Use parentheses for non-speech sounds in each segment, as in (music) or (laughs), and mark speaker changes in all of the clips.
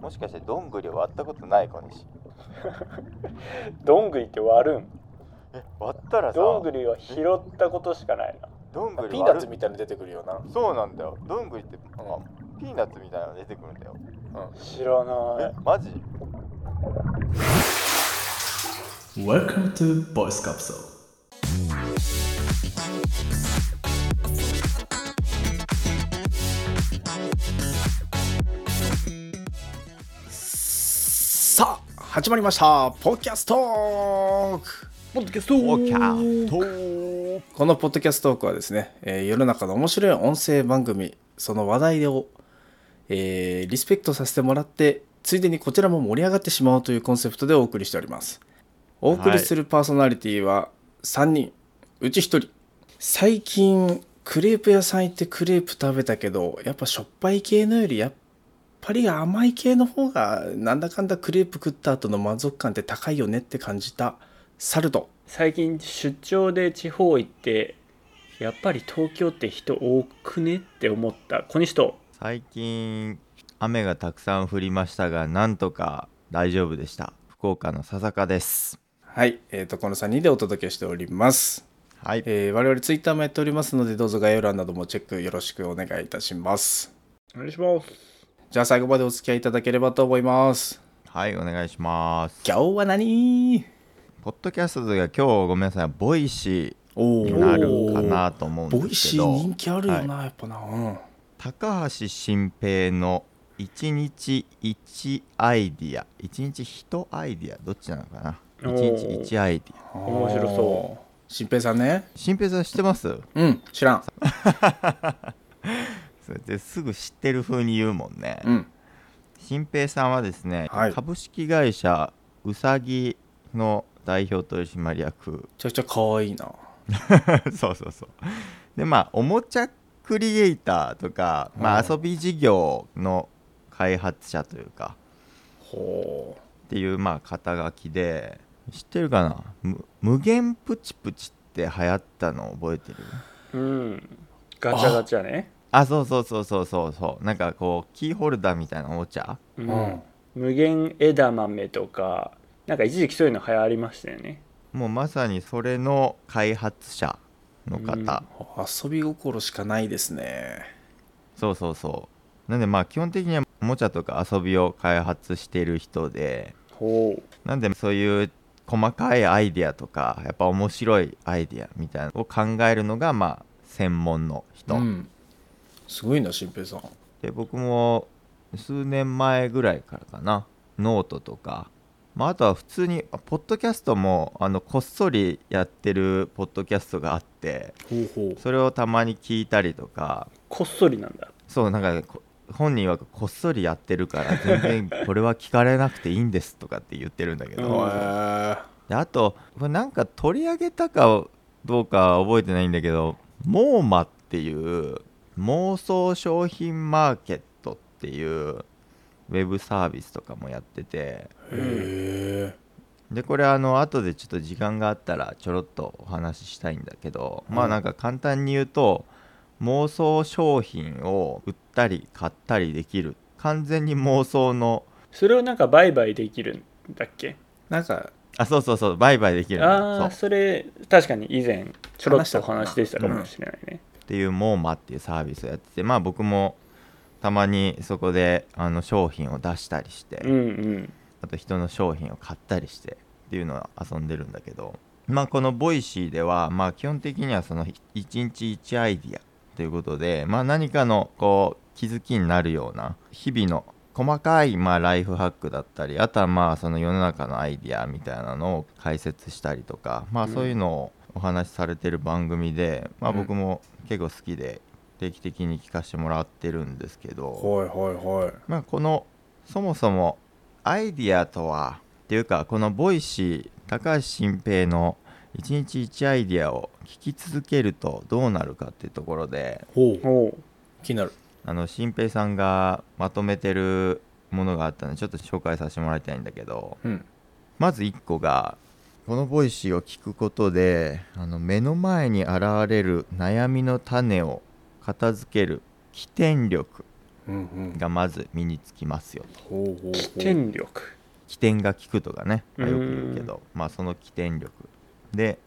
Speaker 1: もしかしてどんぐり割ったことない小西
Speaker 2: どんぐりって割るん
Speaker 1: え割ったらさ
Speaker 2: どんぐりは拾ったことしかないな
Speaker 1: どんぐり割る
Speaker 3: ピーナッツみたいなの出てくるよな
Speaker 1: そうなんだよどんぐりって、あピーナッツみたいなの出てくるんだよ
Speaker 2: 知らな
Speaker 1: え
Speaker 2: い
Speaker 1: マジ
Speaker 4: Welcome to Voice Capsule.
Speaker 5: さあ始まりましたポッキャストークポッドキャスト
Speaker 6: ポッキャ
Speaker 5: ークこのポッドキャストトークはですね、えー世の中の面白い音声番組その話題を、えーリスペクトさせてもらってついでにこちらも盛り上がってしまおうというコンセプトでお送りしておりますお送りするパーソナリティは3人、うち1人最近クレープ屋さん行ってクレープ食べたけどやっぱしょっぱい系のよりやっパリが甘い系の方がなんだかんだクレープ食った後の満足感って高いよねって感じたサルド
Speaker 2: 最近出張で地方行ってやっぱり東京って人多くねって思った小西と
Speaker 6: 最近雨がたくさん降りましたがなんとか大丈夫でした福岡の笹香です
Speaker 5: はい、えー、とこの3人でお届けしております、
Speaker 6: はい
Speaker 5: えー我々ツイッターもやっておりますのでどうぞ概要欄などもチェックよろしくお願いいたします
Speaker 2: お願いします
Speaker 5: じゃあ最後までお付き合いいただければと思います
Speaker 6: はいお願いします
Speaker 5: 今日は何
Speaker 6: ポッドキャストが今日ごめんなさいボイシ
Speaker 5: お
Speaker 6: ー
Speaker 5: ー
Speaker 6: になるかなと思うん
Speaker 5: ボ
Speaker 6: で
Speaker 5: イ
Speaker 6: すけ
Speaker 5: シ
Speaker 6: ど
Speaker 5: ー人気あるよな、やっぱな、うん
Speaker 6: 高橋新平の1日1アイディア1日1アイディアどっちなのかな
Speaker 2: おー
Speaker 6: 1日1アイディア
Speaker 2: 面白そう
Speaker 5: 新平さんね
Speaker 6: 新平さん知ってます
Speaker 5: うん知らん
Speaker 6: それですぐ知ってる風に言うもんね、
Speaker 5: うん
Speaker 6: 新平さんはですね、
Speaker 5: はい
Speaker 6: 株式会社うさぎの代表取締役 (laughs)
Speaker 5: めちゃくちゃ可愛いな
Speaker 6: そうそうそうでまあおもちゃクリエイターとか、まあ、遊び事業の開発者というか
Speaker 5: ほ
Speaker 6: っていうまあ肩書きで知ってるかなむ無限プチプチって流行ったの覚えてる
Speaker 2: うんガチャガチャね
Speaker 6: あそうそうそうそうそうそうなんかこうキーホルダーみたいなおもちゃ
Speaker 2: う
Speaker 5: う、
Speaker 2: ん
Speaker 5: うん
Speaker 2: 無限枝豆とかなんか一時期そういうの流行りましたよね
Speaker 6: もうまさにそれの開発者の方、
Speaker 2: うん
Speaker 5: 遊び心しかないですね
Speaker 6: そうそうそうなんでまあ基本的にはおもちゃとか遊びを開発してる人で
Speaker 2: ほ
Speaker 6: なんでそういう細かいアイディアとかやっぱ面白いアイディアみたいなのを考えるのがまあ専門の人、
Speaker 5: ん、すごいな新平さん
Speaker 6: で僕も数年前ぐらいからかなノートとか、まあ、あとは普通にあポッドキャストもあのこっそりやってるポッドキャストがあって
Speaker 5: ほうほ
Speaker 6: それをたまに聞いたりとか
Speaker 2: うこっそりなんだ
Speaker 6: そうなんかこ本人はこっそりやってるから全然これは聞かれなくていいんですとかって言ってるんだけど、
Speaker 2: うん
Speaker 5: へ
Speaker 6: であとこれなんか取り上げたかどうかは覚えてないんだけどモーマっていう妄想商品マーケットっていうウェブサービスとかもやってて
Speaker 5: え
Speaker 6: でこれあの後でちょっと時間があったらちょろっとお話ししたいんだけど、まあなんか簡単に言うと妄想商品を売ったり買ったりできる完全に妄想の
Speaker 2: それをなんか売買できるんだっけ
Speaker 5: なんか
Speaker 6: あそうそうそう売買できるの
Speaker 2: あ
Speaker 6: そ
Speaker 2: あ
Speaker 6: う
Speaker 2: それ確かに以前ちょろっとお話でしたかもしれないね、
Speaker 6: っていうモーマっていうサービスをやっててまあ僕もたまにそこであの商品を出したりして、
Speaker 2: うん、うん
Speaker 6: あと人の商品を買ったりしてっていうのを遊んでるんだけどまあこのボイシーではまあ基本的にはその1日1アイディアということでまあ何かのこう気づきになるような日々の細かいまあライフハックだったりあとはまあその世の中のアイディアみたいなのを解説したりとかまあそういうのをお話しされてる番組でまあ僕も結構好きで定期的に聞かせてもらってるんですけど、
Speaker 5: はいはいはい
Speaker 6: まあ、このそもそもアイディアとはっていうかこのボイシー高橋新平の1日1アイディアを聞き続けるとどうなるかっていうところで
Speaker 5: ほう
Speaker 2: おう
Speaker 5: 気になる
Speaker 6: あの新平さんがまとめてるものがあったのでちょっと紹介させてもらいたいんだけど
Speaker 5: うん
Speaker 6: まず1個がこのボイシーを聞くことであの目の前に現れる悩みの種を片付ける起点力
Speaker 5: うんうん
Speaker 6: がまず身につきますよと
Speaker 5: ほうほうほう
Speaker 2: 起点力
Speaker 6: 起点が効くとかね、まあよく言うけ
Speaker 2: う
Speaker 6: ど、まあ、その起点力で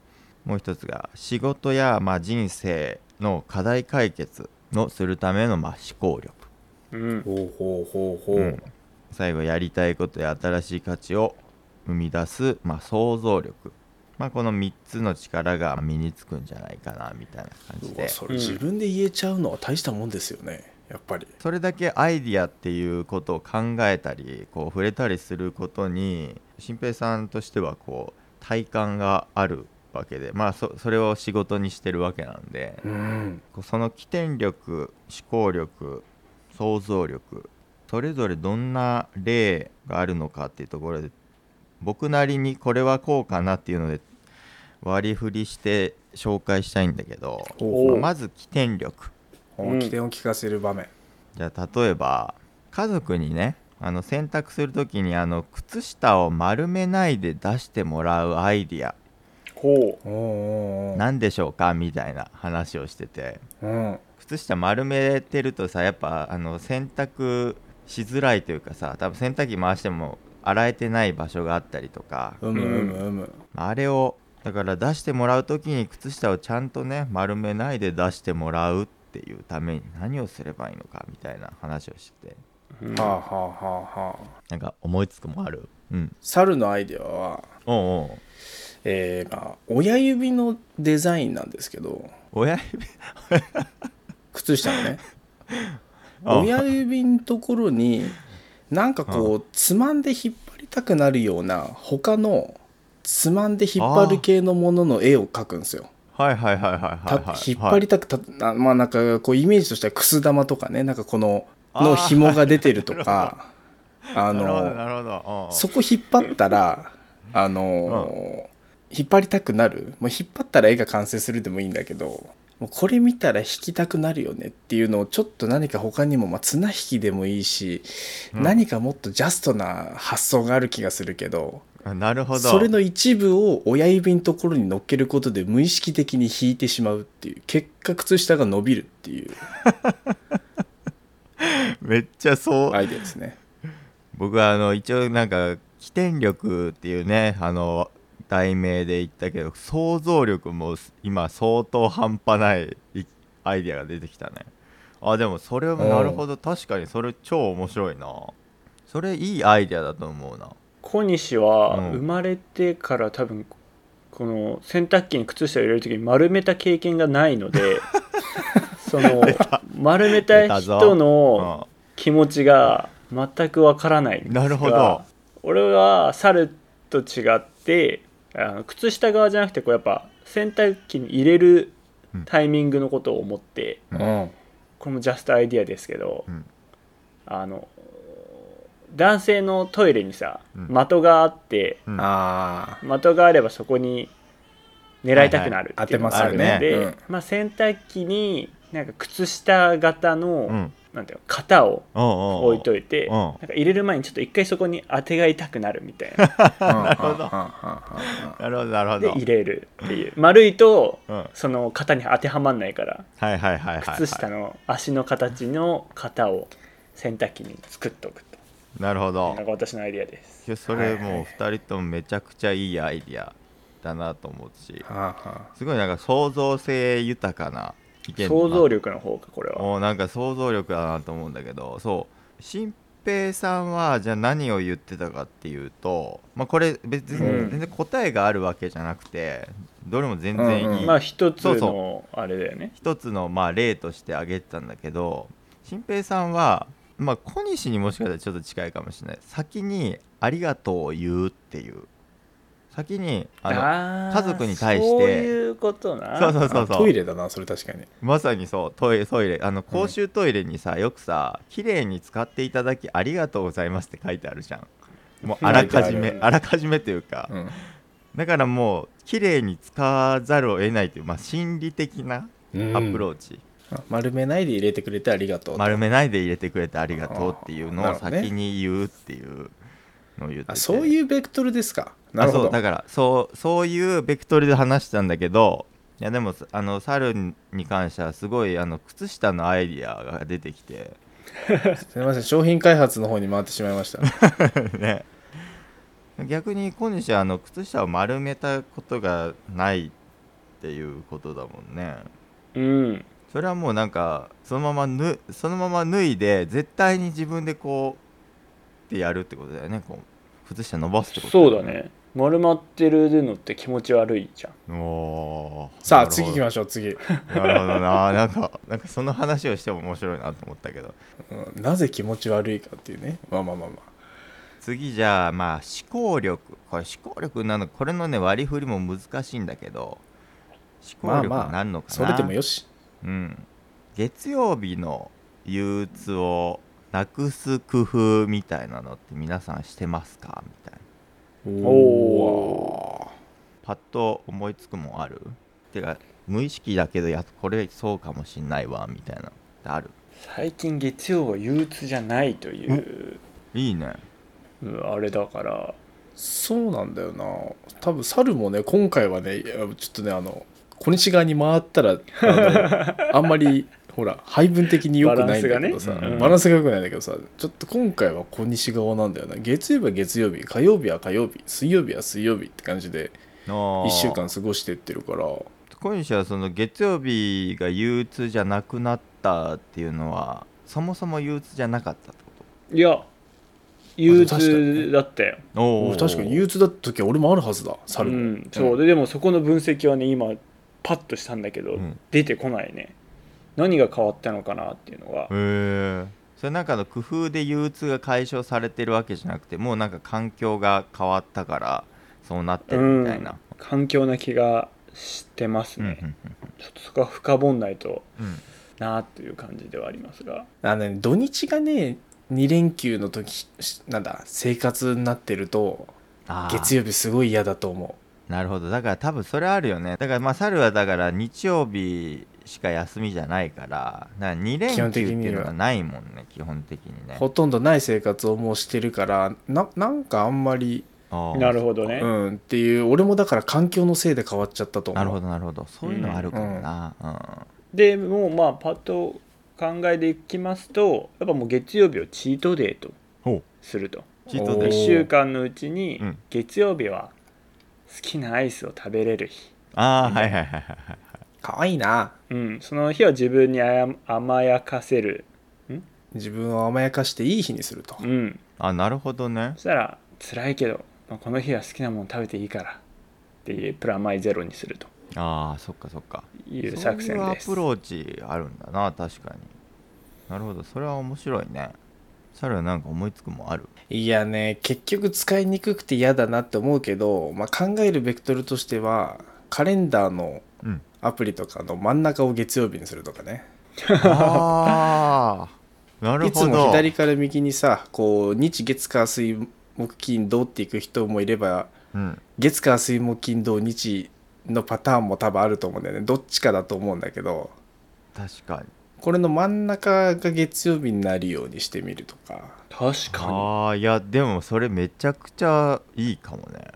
Speaker 6: もう一つが仕事やまあ人生の課題解決のするためのまあ思考力、
Speaker 2: うん
Speaker 5: ほうほうほうほう、
Speaker 6: うん最後やりたいことや新しい価値を生み出すまあ想像力、まあ、この3つの力が身につくんじゃないかなみたいな感じ
Speaker 5: うわ
Speaker 6: で
Speaker 5: それ自分で言えちゃうのは大したもんですよねやっぱり
Speaker 6: それだけアイディアっていうことを考えたりこう触れたりすることに新平さんとしてはこう体感があるわけでまあそそれを仕事にしてるわけなんで
Speaker 5: うん
Speaker 6: こうその起点力思考力想像力それぞれどんな例があるのかっていうところで僕なりにこれはこうかなっていうので割り振りして紹介したいんだけど
Speaker 2: おう
Speaker 6: まず起点力
Speaker 2: うん
Speaker 5: 起点を聞かせる場面
Speaker 6: じゃあ例えば家族にねあの洗濯する時にあの靴下を丸めないで出してもらうアイディア
Speaker 2: ほ
Speaker 5: おうおうおう
Speaker 6: 何でしょうかみたいな話をしてて
Speaker 5: うん
Speaker 6: 靴下丸めてるとさやっぱあの洗濯しづらいというかさ多分洗濯機回しても洗えてない場所があったりとか
Speaker 5: うむうむうむ
Speaker 6: あれをだから出してもらう時に靴下をちゃんとね丸めないで出してもらうっていうために何をすればいいのかみたいな話をしてて
Speaker 2: う、うん
Speaker 5: はあはあはあはあ
Speaker 6: なんか思いつくもあるうん
Speaker 5: 猿のアイデアは
Speaker 6: おうおう
Speaker 5: えーまあ、親指のデザインなんですけど
Speaker 6: 親指
Speaker 5: 靴下のね
Speaker 6: ああ
Speaker 5: 親指のところになんかこうつまんで引っ張りたくなるような他のつまんで引っ張る系のものの絵を描くんですよ。
Speaker 6: はいはいはいはい
Speaker 5: た
Speaker 6: はいはい
Speaker 5: 引っ張りたくた、なまあなんかこうイメージとしてはくす玉とかねなんかこの
Speaker 6: あー
Speaker 5: の紐が出てるとか
Speaker 6: (laughs)
Speaker 5: あ
Speaker 6: なるほど
Speaker 5: の
Speaker 6: なるほどおうおう
Speaker 5: そこ引っ張ったらあのー引っ張りたくなるもう引っ張ったら絵が完成するでもいいんだけどもうこれ見たら引きたくなるよねっていうのをちょっと何か他にも、まあ、綱引きでもいいし、
Speaker 6: うん
Speaker 5: 何かもっとジャストな発想がある気がするけど
Speaker 6: あなるほど
Speaker 5: それの一部を親指のところに乗っけることで無意識的に引いてしまうっていう結果靴下が伸びるっていう
Speaker 6: めっちゃそう
Speaker 5: アイデアですね。
Speaker 6: 僕はあの一応なんか起点力っていうねあの題名で言ったけど想像力も今相当半端ないいアイデアが出てきたねあでもそれはなるほど確かにそれ超面白いなそれいいアイデアだと思うな
Speaker 2: 小西は
Speaker 6: うん
Speaker 2: 生まれてから多分この洗濯機に靴下を入れる時に丸めた経験がない
Speaker 6: (laughs)
Speaker 2: のでその丸め
Speaker 6: 出
Speaker 2: た
Speaker 6: たぞ
Speaker 2: 人の
Speaker 6: う
Speaker 2: 気持ちが全くわからないんですが
Speaker 6: なるほど
Speaker 2: 俺は猿と違ってあの靴下側じゃなくてこうやっぱ洗濯機に入れるタイミングのことを思って、
Speaker 6: う
Speaker 5: うん
Speaker 2: これもジャストアイディアですけど、
Speaker 6: うん
Speaker 2: あの男性のトイレにさ、
Speaker 6: うん
Speaker 2: 的があって
Speaker 6: うん (laughs)
Speaker 5: あ
Speaker 2: 的があればそこに狙いたくなる
Speaker 5: はいはい
Speaker 2: っていうのがあるの
Speaker 6: 当てます
Speaker 5: よ
Speaker 2: で、
Speaker 5: ねうん
Speaker 2: まあ、洗濯機になんか靴下型の、
Speaker 6: うん
Speaker 2: なんていうの型を
Speaker 6: おうおう
Speaker 2: 置いといて、
Speaker 6: うん
Speaker 2: なんか入れる前にちょっと一回そこに当てが痛くなるみたいな
Speaker 5: あなる
Speaker 6: ほどなるほどなるほ
Speaker 2: で
Speaker 6: ど
Speaker 2: 入れるっていう丸いと
Speaker 6: うんはい
Speaker 2: その型に当てはまんないから
Speaker 6: はいはいはいはい
Speaker 2: 靴下の足の形の型を洗濯機に作っとくと
Speaker 6: なるほど
Speaker 2: なんか私のアイディアです
Speaker 6: いやそれもう2人ともめちゃくちゃいいアイディアだなと思うしすごいなんか想像性豊かな意見だな
Speaker 2: 想像力の方かこれは
Speaker 6: もうなんか想像力だなと思うんだけどそう新平さんはじゃあ何を言ってたかっていうと、まあ、これ別に
Speaker 2: うん
Speaker 6: 全然答えがあるわけじゃなくて、どれも全然いい、
Speaker 5: うんうん
Speaker 2: まあ一つ
Speaker 6: そう
Speaker 2: のあれだよね
Speaker 6: 一つのまあ例として挙げてたんだけど新平さんは、まあ、小西にもしかしたらちょっと近いかもしれない先に「ありがとう」を言うっていう先にあの
Speaker 2: あー
Speaker 6: 家族に対して
Speaker 2: そういうことな
Speaker 6: そうそうそうそう
Speaker 5: トイレだなそれ確かに
Speaker 6: まさにそうトイレトイレあの公衆トイレにさ、よくさ「綺麗に使っていただきありがとうございます」って書いてあるじゃんもうあらかじ
Speaker 5: 書いてあ
Speaker 6: め
Speaker 5: る
Speaker 6: あらかじめというか、
Speaker 5: うん
Speaker 6: だからもう綺麗に使わざるを得ないという、まあ、心理的なアプローチ、
Speaker 5: 丸めないで入れてくれてありがとう
Speaker 6: 丸めないで入れてくれてありがとうっていう
Speaker 5: あーな
Speaker 6: のを
Speaker 5: るほどね
Speaker 6: 先に言うっていうのを言ってて
Speaker 5: あそう
Speaker 6: う
Speaker 5: いうベクトルですかな
Speaker 6: あ
Speaker 5: るほ
Speaker 6: そ
Speaker 5: ど
Speaker 6: うだからそうそういうベクトルで話したんだけどいやでもあの猿に関してはすごいあの靴下のアイディアが出てきて (laughs)
Speaker 5: すみません商品開発の方に回ってしまい
Speaker 6: (laughs)
Speaker 5: ました
Speaker 6: ね逆に小西はあの靴下を丸めたことがないっていうことだもんね
Speaker 2: うん
Speaker 6: それはもうなんかそのままぬそのまま脱いで絶対に自分でこうってやるってことだよねこう靴下伸ばすってこと
Speaker 2: そうだね丸まってるのって気持ち悪いじゃん
Speaker 6: おー
Speaker 5: さ
Speaker 6: な
Speaker 5: あ
Speaker 6: るほど
Speaker 5: 次行きましょう次、
Speaker 6: なるほどな (laughs) なんかなんかその話をしても面白いなと思ったけど
Speaker 5: うんなぜ気持ち悪いかっていうねまあまあまあまあ
Speaker 6: 次じゃあまあ思考力これ思考力なのこれのね割り振りも難しいんだけど思考力
Speaker 5: まあまあ
Speaker 6: はなんのかな、
Speaker 5: それでもよし
Speaker 6: うん、月曜日の憂鬱をなくす工夫みたいなのって皆さんしてますかみたいな
Speaker 2: お
Speaker 6: パッと思いつくもんあるてか無意識だけどやこれそうかもしんないわみたいなのってある
Speaker 2: 最近月曜は憂鬱じゃないという、
Speaker 6: いい (laughs) ね
Speaker 2: うんあれだから
Speaker 5: そうなんだよな多分猿もね今回はねいやちょっとねあの小西側に回ったらあのあんまりほら配分的に良くないんだけどさ
Speaker 6: バ
Speaker 5: バ
Speaker 6: ランス
Speaker 5: ラ,、
Speaker 6: がねうん
Speaker 5: ンスが良くないんだけどさちょっと今回は小西側なんだよな月曜日は月曜日火曜日は火曜日水曜日は水曜日って感じで
Speaker 6: 1
Speaker 5: (laughs) 1週間過ごしてってるから
Speaker 6: 今週はその月曜日が憂鬱じゃなくなったっていうのはそもそも憂鬱じゃなかったってこ
Speaker 2: いや憂
Speaker 5: あ確かに
Speaker 2: 鬱だったよ、
Speaker 6: とお
Speaker 5: 俺確かに憂鬱だった時は俺もあるはずだ
Speaker 2: う
Speaker 5: 猿も、
Speaker 2: ん、そうででもそこの分析はね今パッとしたんだけど、
Speaker 6: うん
Speaker 2: 出てこないね何が変わったのかなっていうのが
Speaker 6: へえそれなんかの工夫で憂鬱が解消されてるわけじゃなくてもうなんか環境が変わったからそうなってるみたいな、
Speaker 2: 環境な気がしてます
Speaker 6: うん
Speaker 2: ね、ちょっとそこは深掘んないと
Speaker 6: うんうん
Speaker 2: なという感じではありますが
Speaker 5: あのね土日がね2連休の時しなんだ生活になってると
Speaker 6: あー
Speaker 5: 月曜日すごい嫌だと思う
Speaker 6: なるほどだから多分それあるよねだからまあ猿はだから日曜日しか休みじゃないからだから2連
Speaker 5: 基
Speaker 6: 休っ
Speaker 5: 本
Speaker 6: て
Speaker 5: 的には
Speaker 6: いうのがないもんね基本的にね
Speaker 5: ほとんどない生活をもうしてるからななんかあんまり、
Speaker 6: あー
Speaker 2: なるほどね、
Speaker 5: うん、っていう俺もだから環境のせいで変わっちゃったと思
Speaker 6: な
Speaker 5: う
Speaker 6: るほどなるほどそういうのあるかもな、うん
Speaker 2: でもうまあパッと考えていきますとやっぱもう月曜日をチートデーと
Speaker 6: ほう
Speaker 2: すると
Speaker 6: チート
Speaker 5: お
Speaker 6: デ
Speaker 2: 1
Speaker 5: ー
Speaker 6: イ
Speaker 2: 週間のうちに
Speaker 6: うん
Speaker 2: 月曜日は好きなアイスを食べれる日、
Speaker 6: ああはいはいはいはいはい
Speaker 5: かわいいな
Speaker 2: うん、その日は自分にあや甘やかせる、
Speaker 5: 自分を甘やかしていい日にすると、
Speaker 2: うん、
Speaker 6: あなるほどね
Speaker 2: そしたら辛いけど、まあこの日は好きなもの食べていいからっていうプラマイゼロにすると
Speaker 6: ああそっかそっか
Speaker 2: いう作戦です
Speaker 6: そういうアプローチあるんだな確かになるほどそれは面白いね猿はなんか思いつくもんある
Speaker 5: いやね結局使いにくくて嫌だなって思うけど、まあ、考えるベクトルとしてはカレンダーの
Speaker 6: うん
Speaker 5: アプリとかの真ん中を月曜日にするとかね
Speaker 6: ああなる
Speaker 5: いつ
Speaker 6: ほ
Speaker 5: も
Speaker 6: ど
Speaker 5: 左から右にさこう日月火水木金土っていく人もいれば
Speaker 6: うん、
Speaker 5: 月火水木金土日のパターンも多分あると思うんだよねどっちかだと思うんだけど
Speaker 6: 確かに
Speaker 5: これの真ん中が月曜日になるようにしてみるとか
Speaker 2: 確かに
Speaker 6: ああいやでもそれめちゃくちゃいいかもね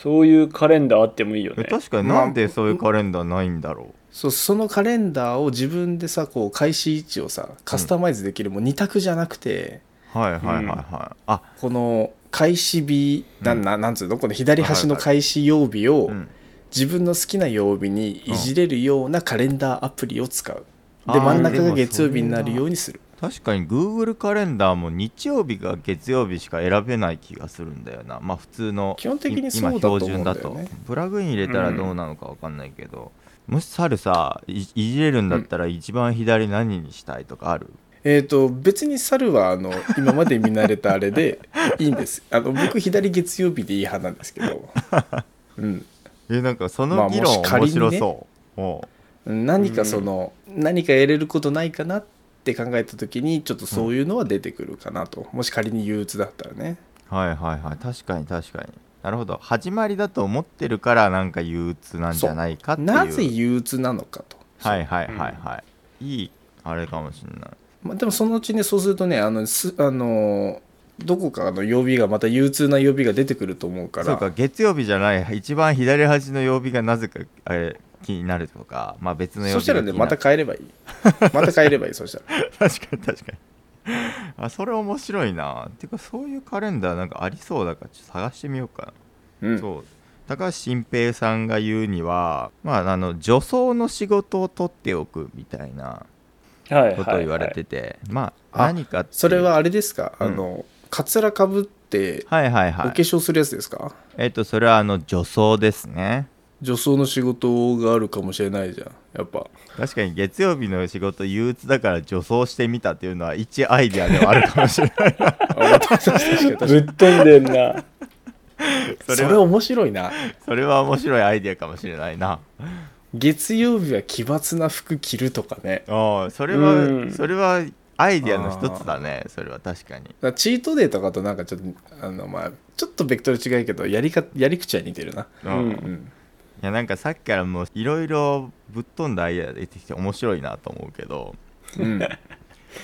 Speaker 2: そういうカレンダーあってもいいよ
Speaker 6: え
Speaker 2: ね
Speaker 6: 確かになんでそういうカレンダーないんだろ
Speaker 5: そうそのカレンダーを自分でさこう開始位置をさカスタマイズできる、もう2択じゃなくて
Speaker 6: うはいはいはいはい、あ
Speaker 5: この開始日、な
Speaker 6: うん
Speaker 5: ん、ななんつうのこの左端の開始曜日を、
Speaker 6: うん
Speaker 5: 自分の好きな曜日にいじれるようなカレンダーアプリを使う
Speaker 6: あ
Speaker 5: で
Speaker 6: ー
Speaker 5: 真ん中が月曜日になるようにする
Speaker 6: 確かに Google カレンダーも日曜日が月曜日しか選べない気がするんだよなまあ普通の
Speaker 5: 基本的に
Speaker 6: い
Speaker 5: そうだと思うんだよね
Speaker 6: 今標準だとプラグイン入れたらどうなのか分かんないけど、もし猿さいいじれるんだったら一番左何にしたいとかある、
Speaker 5: えー、と別に猿はあの今まで見慣れたあれでいいんですあの僕左月曜日でいい派なんですけど、
Speaker 6: (laughs)
Speaker 5: うん、
Speaker 6: えなんかそ
Speaker 5: まあ
Speaker 6: の
Speaker 5: もし
Speaker 6: 議論
Speaker 5: 仮
Speaker 6: 面
Speaker 5: にね
Speaker 6: 白そう、おう
Speaker 5: 何かその、何か得れることないかなって考えた時にちょっとそういうのは出てくるかなと、もし仮に憂鬱だったらね
Speaker 6: はいはいはい確かに確かになるほど始まりだと思ってるからなんか憂鬱なんじゃないかっていう
Speaker 5: なぜ憂鬱なのかと、
Speaker 6: はいはいはいはい、いいあれかもしれない
Speaker 5: まあ、でもそのうちねそうするとねあのすあのどこかの曜日がまた憂鬱な曜日が出てくると思うから
Speaker 6: そうか月曜日じゃない一番左端の曜日がなぜかあれ気になるとかまあ別の曜日
Speaker 5: そしたら
Speaker 6: が
Speaker 5: ね
Speaker 6: 気にな
Speaker 5: (laughs) ま
Speaker 6: る
Speaker 5: た変えればいいまた変えればいいそした
Speaker 6: (laughs)
Speaker 5: ら
Speaker 6: 確かに確かにあそれ面白いなていうかそういうカレンダーなんかありそうだからちょっと探してみようかな
Speaker 5: うん
Speaker 6: そう高橋新平さんが言うにはまああの女装の仕事を取っておくみたいな
Speaker 2: はいはい、はい、
Speaker 6: ことを言われてて、まあ
Speaker 5: あ
Speaker 6: 何かっていう
Speaker 5: それはあれですか、
Speaker 6: うん
Speaker 5: あのカツラかぶって
Speaker 6: はいはいは
Speaker 5: お化
Speaker 6: い
Speaker 5: 粧するやつですか、
Speaker 6: えっとそれはあの女装ですね
Speaker 5: 女装の仕事があるかもしれないじゃんやっぱ
Speaker 6: 確かに月曜日の仕事憂鬱だから女装してみたっていうのは一アイデアではあるかもしれない
Speaker 5: あまた確かに確かに
Speaker 2: ぶっ飛んでんな
Speaker 6: そ
Speaker 5: そ
Speaker 6: れ
Speaker 5: れ
Speaker 6: は
Speaker 5: 面白いな
Speaker 6: それは面白いアイデアかもしれないな
Speaker 5: 月曜日は奇抜な服着るとかね
Speaker 6: ああそれ
Speaker 2: う
Speaker 6: は
Speaker 2: ん
Speaker 6: それはアイデアの一つだねそれは確かに
Speaker 5: だからチートデーとかとなんかちょっとあのまあちょっとベクトル違うけどやりかやり口は似てるな
Speaker 6: (laughs) う
Speaker 2: うんん
Speaker 6: い
Speaker 5: うん
Speaker 6: やなんかさっきからもういろいろぶっ飛んだアイデアが出てきて面白いなと思うけど (laughs)
Speaker 5: うん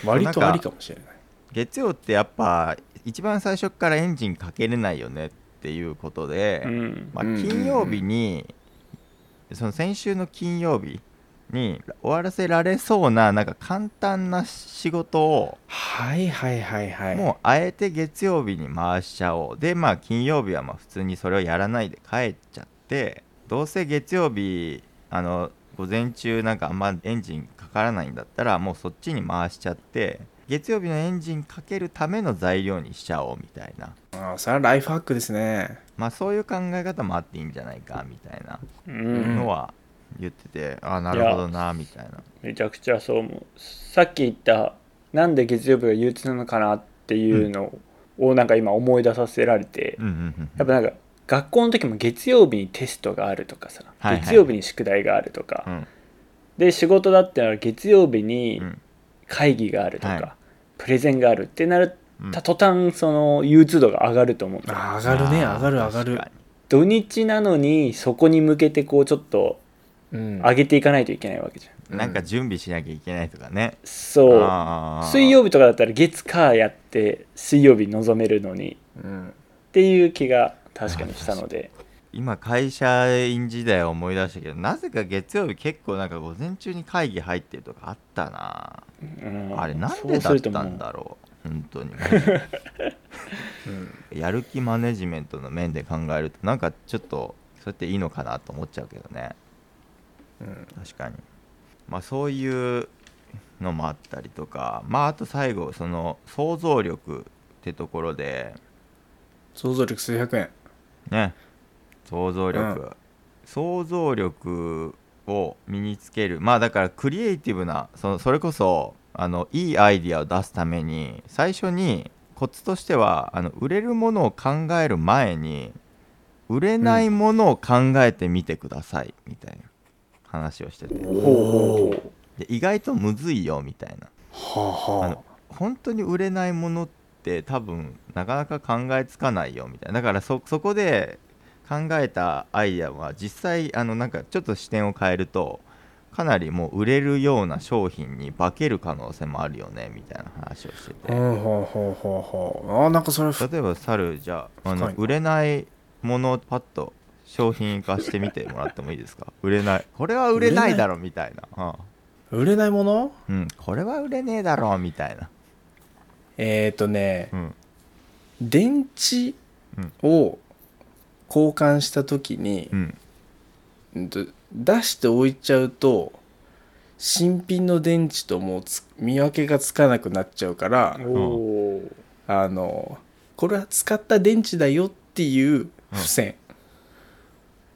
Speaker 5: 割とありかもしれない
Speaker 6: 月曜ってやっぱ一番最初っからエンジンかけれないよねっていうことで、
Speaker 2: うん
Speaker 6: まあ、
Speaker 5: うんうんうん
Speaker 6: 金曜日に、その先週の金曜日に終わらせられそうななんか簡単な仕事を
Speaker 5: はいはいはいはい
Speaker 6: もうあえて月曜日に回しちゃおうでまあ金曜日はまあ普通にそれをやらないで帰っちゃってどうせ月曜日あの午前中なんかあんまエンジンかからないんだったらもうそっちに回しちゃって月曜日のエンジンかけるための材料にしちゃおうみたいな
Speaker 5: ああそれはライフハックですね
Speaker 6: まあそういう考え方もあっていいんじゃないかみたいな
Speaker 2: うん
Speaker 6: のは言ってて、あなるほどなみたいな
Speaker 2: めちゃくちゃそう思うさっき言ったなんで月曜日が憂鬱なのかなっていうのをなんか今思い出させられて、
Speaker 6: うんうん
Speaker 2: やっぱなんか学校の時も月曜日にテストがあるとかさ、
Speaker 6: はいはい
Speaker 2: 月曜日に宿題があるとか、
Speaker 6: うんうん
Speaker 2: で仕事だってなら月曜日に
Speaker 6: うん
Speaker 2: 会議があるとか、
Speaker 6: はい
Speaker 2: プレゼンがあるってなる
Speaker 6: うん
Speaker 2: た途端その憂鬱度が上がると思った、
Speaker 5: ああ上がるね
Speaker 6: あー
Speaker 5: 上がる上が
Speaker 6: 確
Speaker 5: る
Speaker 6: か
Speaker 2: 土日なのにそこに向けてこうちょっと
Speaker 5: うん
Speaker 2: 上げていかないといけないわけじゃん、
Speaker 6: になんか準備しなきゃいけないとかね、
Speaker 2: そう
Speaker 6: あー
Speaker 2: 水曜日とかだったら月火やって水曜日臨めるのに
Speaker 5: うん
Speaker 2: っていう気が確かにしたので
Speaker 6: 今会社員時代を思い出したけどなぜか月曜日結構なんか午前中に会議入ってるとかあったな、
Speaker 2: うん
Speaker 6: あれなん
Speaker 2: そう
Speaker 6: ですだっ
Speaker 2: ると
Speaker 6: た
Speaker 2: もうん
Speaker 6: だろう本当にやる気マネジメントの面で考えるとなんかちょっとそうやっていいのかなと思っちゃうけどね
Speaker 5: うん
Speaker 6: 確かにまあそういうのもあったりとかまああと最後その想像力ってところで
Speaker 5: 想像力数百円
Speaker 6: ね想像力、
Speaker 5: うん
Speaker 6: 想像力を身につけるまあだからクリエイティブなそのそれこそあのいいアイディアを出すために最初にコツとしてはあの売れるものを考える前に売れないものを考えてみてください、みたいな話をしててで意外とむずいよみたいな
Speaker 5: はあ
Speaker 6: あの本当に売れないものって多分なかなか考えつかないよみたいなだからそそこで考えたアイデアは実際あのなんかちょっと視点を変えるとかなりもう売れるような商品に化ける可能性もあるよねみたいな話をしてて
Speaker 5: ほうほうほうほうほうあーなんかそれふ
Speaker 6: 例えば猿じゃああの
Speaker 5: 深いな
Speaker 6: 売れないものをパッと商品化してみてもらってもいいですか売れないこれは売れないだろみたいな、
Speaker 5: 売れないもの
Speaker 6: うんうん、これは売れねえだろみたいな、
Speaker 5: えっ、ー、とね
Speaker 6: うん、
Speaker 5: 電池を交換した時に
Speaker 6: う、ん
Speaker 5: うんと出して置いちゃうと新品の電池ともうつ見分けがつかなくなっちゃうから
Speaker 2: おおー
Speaker 5: あのこれは使った電池だよっていう付箋、